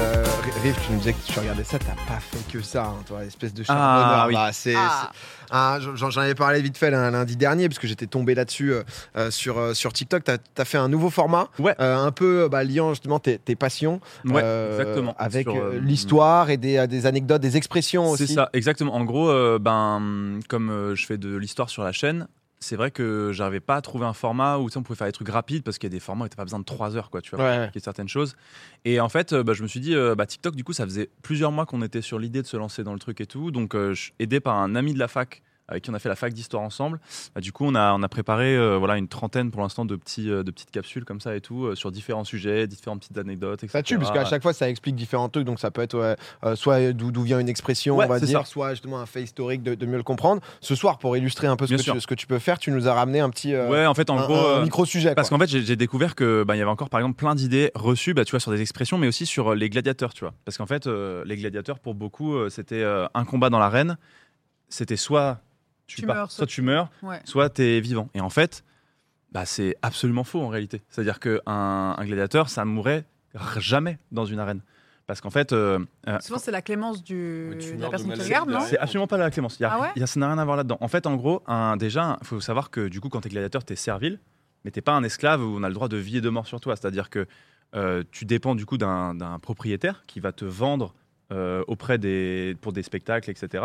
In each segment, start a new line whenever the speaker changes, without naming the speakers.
Euh, Riff, tu nous disais que tu regardais ça, t'as pas fait que ça, hein, toi, espèce de
Ah,
charbonneur.
oui.
là, c'est-
Ah.
c'est- Ah, j'en- J'en j'en avais parlé vite fait là, lundi dernier, parce que j'étais tombé là-dessus euh, euh, sur, euh, sur TikTok. T'as as fait un nouveau format,
Ouais.
euh, un peu euh, bah, liant justement tes, tes passions,
Ouais,
euh,
exactement.
avec
Sur,
euh,
euh,
l'histoire et des, euh, des anecdotes, des expressions aussi.
C'est ça, exactement. En gros, euh, ben, comme euh, je fais de l'histoire sur la chaîne, c'est vrai que j'arrivais pas à trouver un format où tu sais, on pouvait faire des trucs rapides parce qu'il y a des formats où t'as pas besoin de 3 heures, quoi, tu vois.
Ouais, ouais.
qu'il y ait certaines choses. Et en fait, euh, bah, je me suis dit, euh, bah, TikTok, du coup, ça faisait plusieurs mois qu'on était sur l'idée de se lancer dans le truc et tout. Donc, euh, je suis aidé par un ami de la fac avec qui on a fait la fac d'histoire ensemble. Bah, du coup, on a, on a préparé euh, voilà, une trentaine pour l'instant de, petits, euh, de petites capsules comme ça et tout, euh, sur différents sujets, différentes petites anecdotes, etc.
Ça tue, parce qu'à chaque fois, ça explique différents trucs. Donc, ça peut être ouais, euh, soit d'où d'où vient une expression,
Ouais,
on va
c'est
dire,
ça.
soit justement un fait historique de, de mieux le comprendre. Ce soir, pour illustrer un peu ce
Bien
que,
sûr.
tu, ce que tu peux faire, tu nous as ramené un petit euh,
Ouais, en fait, en
un-
gros.
un
euh,
micro-sujet.
Parce
quoi.
qu'en fait, j'ai j'ai découvert que ben, il y avait encore, par exemple, plein d'idées reçues, bah, tu vois, sur des expressions, mais aussi sur euh, les gladiateurs, tu vois. Parce qu'en fait, euh, les gladiateurs, pour beaucoup, euh, c'était euh, un combat dans l'arène. C'était soit tu,
Tu
pars-
meurs,
soit tu meurs,
Ouais.
soit tu es vivant. Et en fait, bah, c'est absolument faux en réalité. C'est-à-dire qu'un un gladiateur, ça mourrait r- jamais dans une arène. Parce qu'en fait, euh, euh,
Souvent, c'est la clémence du...
Mais
de
tu
la
meurs de
personne qui
maladie
regarde, non
derrière.
C'est absolument pas la clémence. Il y a-
Ah ouais
il y a- ça n'a rien à voir là-dedans. En fait, en gros, un, déjà, il faut savoir que du coup, quand t'es gladiateur, t'es servile, mais t'es pas un esclave où on a le droit de vie et de mort sur toi. C'est-à-dire que euh, tu dépends du coup d'un d'un propriétaire qui va te vendre euh, auprès des pour des spectacles, etc.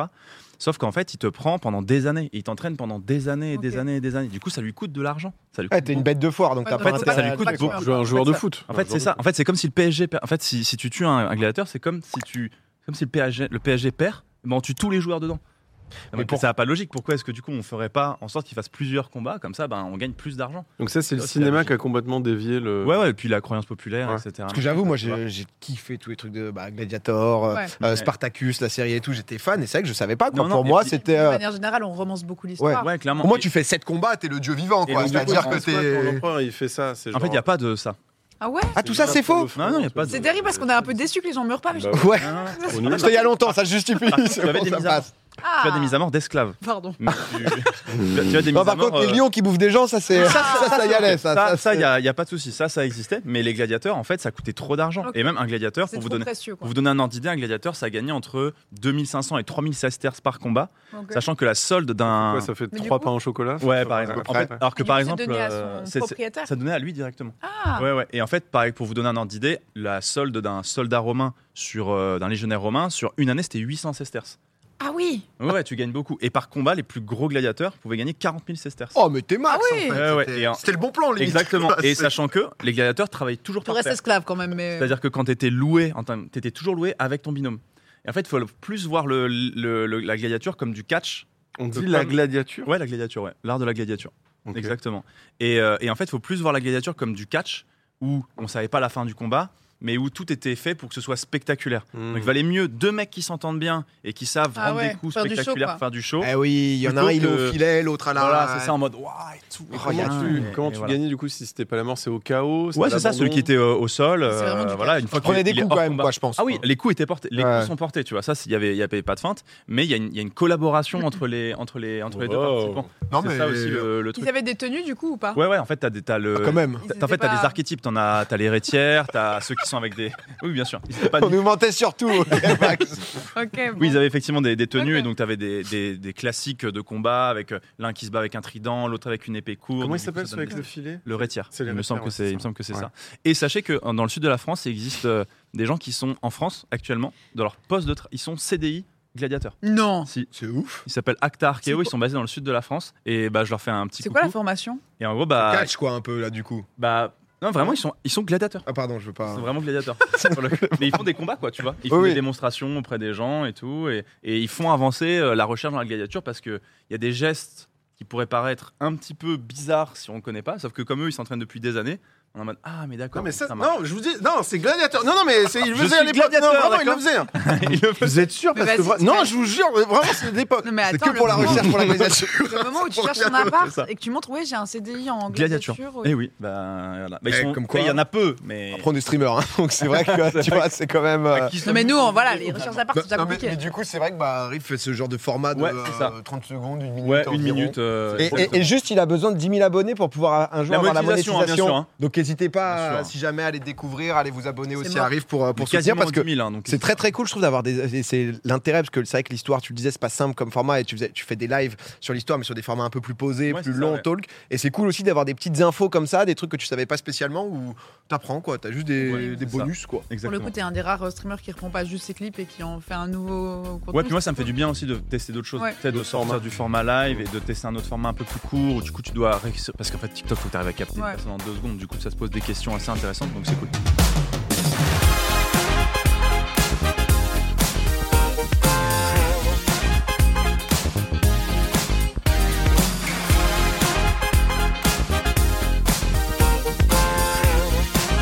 Sauf qu'en fait, il te prend pendant des années, il t'entraîne pendant des années et des
Ok.
années et des années. Du coup, ça lui coûte de l'argent. Ça lui
Ouais,
coûte
t'es une
beaucoup.
bête de foire, donc
Ouais,
t'as
donc
pas
faut
de-
pas- ça lui
t'as-
coûte
t'as-
beaucoup.
Jouer un joueur de
ça-
foot.
En fait, c'est ça. En fait, c'est comme si le PSG. per- En fait, si, si tu tues un, un gladiateur, c'est comme si tu, comme si le PSG, le PSG perd, mais on tue tous les joueurs dedans.
Mais
Mais
pour-
Ça n'a pas de logique. Pourquoi est-ce que du coup on ferait pas en sorte qu'ils fassent plusieurs combats comme ça, ben on gagne plus d'argent.
Donc ça, c'est le
C'est la
cinéma
logique.
qui a complètement dévié le.
Ouais, ouais. Et puis la croyance populaire,
Ouais.
etc.
Euh, Parce que j'avoue, moi j'ai j'ai kiffé tous les trucs de bah, Gladiator, euh,
Ouais.
euh,
Ouais.
Spartacus, la série et tout, j'étais fan et c'est vrai que je savais pas. quoi.
Non, non,
pour
et
moi,
puis-
c'était.
De
euh,
manière générale, on romance beaucoup l'histoire.
Ouais, clairement.
Pour moi, tu fais 7 combats, t'es le dieu vivant
Et
quoi.
donc, du coup,
C'est-à-dire
en
que
Quand
t'es.
l'empereur il fait ça,
En
c'est genre.
fait, il n'y a pas de ça.
Ah ouais
Ah, tout ça c'est faux
Non, non, y a pas de-
C'est terrible parce qu'on est un peu déçu que les gens meurent pas. mais je-
Bah,
Ouais,
Non, non, non.
Au nul.
c'était il y a longtemps, ça se justifie. c'est
Tu avais
bon,
des
ça
mises à mort.
passe.
Ah
Tu as des mises à mort d'esclaves.
Pardon.
Mais tu- tu as des
Non,
mises à
par
mort,
contre, les
euh,
lions qui bouffent des gens, ça c'est. Ça, ça, ça y allait. Ça,
Ça, ça,
c'est-
il n'y a, y a pas de souci. Ça, ça existait. Mais les gladiateurs, en fait, ça coûtait trop d'argent.
Ok.
Et même un gladiateur,
C'est
pour vous
trop
donner,
précieux.
Pour
Quoi.
vous donner un ordre d'idée, un gladiateur, ça gagnait entre 2500 et 3000 sesterces par combat,
Ok.
sachant que la solde d'un...
Quoi, ça fait
Mais du
trois
coup-
pains au chocolat
Ouais,
ça
par
fait
exemple.
à
En
peu
fait,
près.
alors que
Il
par
se
exemple,
donnait à son
euh, c'est- c'est-
propriétaire.
ça donnait à lui directement.
Ah,
Ouais, ouais. Et en fait, pareil, pour vous donner un ordre d'idée, la solde d'un soldat romain sur euh, d'un légionnaire romain sur une année, c'était 800 sesterces.
ah oui
Ouais, ouais, tu gagnes beaucoup. Et par combat, les plus gros gladiateurs pouvaient gagner 40 000 sesterces.
Oh, mais t'es max
Ah oui.
en fait.
Ouais, ouais,
C'était-
et en-
C'était le bon plan, les
Exactement. Et sachant que les gladiateurs travaillent toujours
Tu
par
restes
paire.
esclave quand même. Mais...
C'est-à-dire que quand tu étais loué, en termes- t'étais toujours loué avec ton binôme. Et en fait, il faut le- plus voir le- le- le- la gladiature comme du catch
On dit
Comme-
la gladiature.
Ouais, la gladiature, ouais. L'art de la gladiature.
Ok.
Exactement. Et, euh, et en fait, il faut plus voir la gladiature comme du catch, où on savait pas la fin du combat, mais où tout était fait pour que ce soit spectaculaire.
Hmm.
Mhm.
Donc il valait mieux deux mecs qui s'entendent bien et qui savent
Ah
rendre
ouais,
des coups
faire du show,
spectaculaires,
quoi.
faire du show.
Eh oui, il y en a un, il est
Plutôt
au
que-
filet, l'autre à la.
voilà, c'est ça en mode waouh et tout.
Mais
Et
Oh, Comment
Regarde,
tu,
et-
comment
et
tu
voilà.
gagnais du coup si c'était pas la mort, c'est au chaos
Ouais, c'est ça,
l'abandon.
celui qui était euh, au sol.
C'est vraiment du
voilà,
catch.
une fois
Je prenais
qu'il-
des
il est
coups
hors
quand même,
combat.
quoi, je pense.
Ah oui, les coups étaient portés, les
Ouais.
coups sont portés, tu vois. Ça, il y avait, il y avait pas de feinte, mais il y, a une- il y a une collaboration entre les, entre les, entre les deux
Wow.
participants.
Non,
c'est
mais.
ça aussi le, le
Ils
truc.
avaient euh, des tenues du coup ou pas
Ouais, ouais. En fait, t'as des- t'as le,
Ah, Quand même.
Ils
T'as-
étaient
En fait, t'as
pas-
des archétypes. T'en as, t'as l'héritière, t'as ceux qui sont avec des. Oui, bien sûr. Ils étaient pas
On
nus.
nous mentait surtout. Max.
Ok, bon.
Oui, ils avaient effectivement des, des tenues
Ok.
et donc t'avais des, des, des classiques de combat avec euh, l'un qui se bat avec un trident, l'autre avec une épée courte. Donc,
Comment il
du coup,
s'appelle
ça
celui
donne
avec le filet
des- Le rétiaire.
C'est
Il
les
me semble
rétiaires,
que c'est,
ouais, c'est
il me semble que c'est
ça.
ça. Et sachez que euh, dans le sud de la France, il existe euh, des gens qui sont en France actuellement de leur poste de, tra- ils sont CDI gladiateurs.
Non
Si.
C'est ouf.
Ils s'appellent Acta Archeo,
C'est
ils sont basés dans le sud de la France et bah je leur fais un petit
C'est
coucou.
quoi la formation
Et en gros bah,
Catch quoi un peu là du coup.
bah non vraiment ils sont ils sont gladiateurs.
Ah pardon, je veux pas.
Ils sont vraiment gladiateurs. Pour le- Mais ils font des combats, quoi, tu vois. Ils
Oui,
font
oui.
des démonstrations auprès des gens et tout. Et, et ils font avancer euh, la recherche dans la gladiature parce qu'il y a des gestes qui pourraient paraître un petit peu bizarres si on ne connaît pas. Sauf que comme eux, ils s'entraînent depuis des années, on est en mode Ah, mais d'accord.
Non mais ça,
marche.
non, je vous dis, non, c'est gladiateur. Non, non, mais c'est- il le
Je
faisait
suis
à l'époque. Non,
gladiateur,
vraiment, il le
d'accord.
faisait. hein.
Ils le font.
Vous êtes sûr
Mais
Parce que
vas-y,
vra-
tu
non,
vas-
je vous jure, mais vraiment, c'est l'époque.
Non, mais
C'est
attends,
que
le
pour la
moment-
recherche, pour la gladiature.
Le moment où tu
Pour
cherches
la
ton appart
c'est ça.
et que tu montres, ouais, j'ai un CDI en
Gladiature.
gladiature.
Eh oui, bah voilà. Bah, ils
Eh,
sont-
comme
après, il y
quoi.
en a peu, mais.
Après, on est streamer, hein, donc c'est vrai que tu vois, c'est quand même. euh,
À qui
Non, mais nous, on- voilà, les
Bah,
recherches d'appart,
bah,
c'est déjà
non, mais,
compliqué.
mais du coup, c'est vrai que bah, Riff fait ce genre de format de
Ouais, c'est ça.
euh, 30 secondes, une minute.
Ouais, une
environ.
minute. euh,
Et, et- et juste, il a besoin de 10 000 abonnés pour pouvoir euh, un jour
La
avoir la
monétisation, hein,
monétisation.
bien sûr, hein.
Donc Donc n'hésitez
Bien
pas,
sûr.
à- si jamais, à les découvrir, allez vous abonner
C'est
aussi
mort.
à Riff pour, euh, pour
Mais
soutenir
quasiment
parce que
10 000, hein, donc
c'est très très cool, je trouve, d'avoir des. c'est- C'est l'intérêt, parce que c'est vrai que l'histoire, tu le disais, c'est pas simple comme format, et tu, faisais- tu fais des lives sur l'histoire, mais sur des formats un peu plus posés,
Ouais,
plus
c'est ça,
longs,
ouais.
talk. Et c'est cool aussi d'avoir des petites infos comme ça, des trucs que tu savais pas spécialement, ou t'apprends, quoi. T'as juste des,
Ouais,
des
c'est ça.
bonus, quoi.
Pour
Exactement.
le coup, t'es un des rares euh, streamers qui reprend pas juste ses clips et qui en fait un nouveau contenu.
Ouais, puis moi ça me fait du bien aussi de tester d'autres choses,
Ouais.
peut-être de
D'autres
sortir
formats.
du format live et de tester un autre format un peu plus court où du coup tu dois réussir- parce qu'en fait TikTok faut que t'arrives à capter une
Ouais.
personne en deux secondes, du coup ça se pose des questions assez intéressantes donc c'est cool.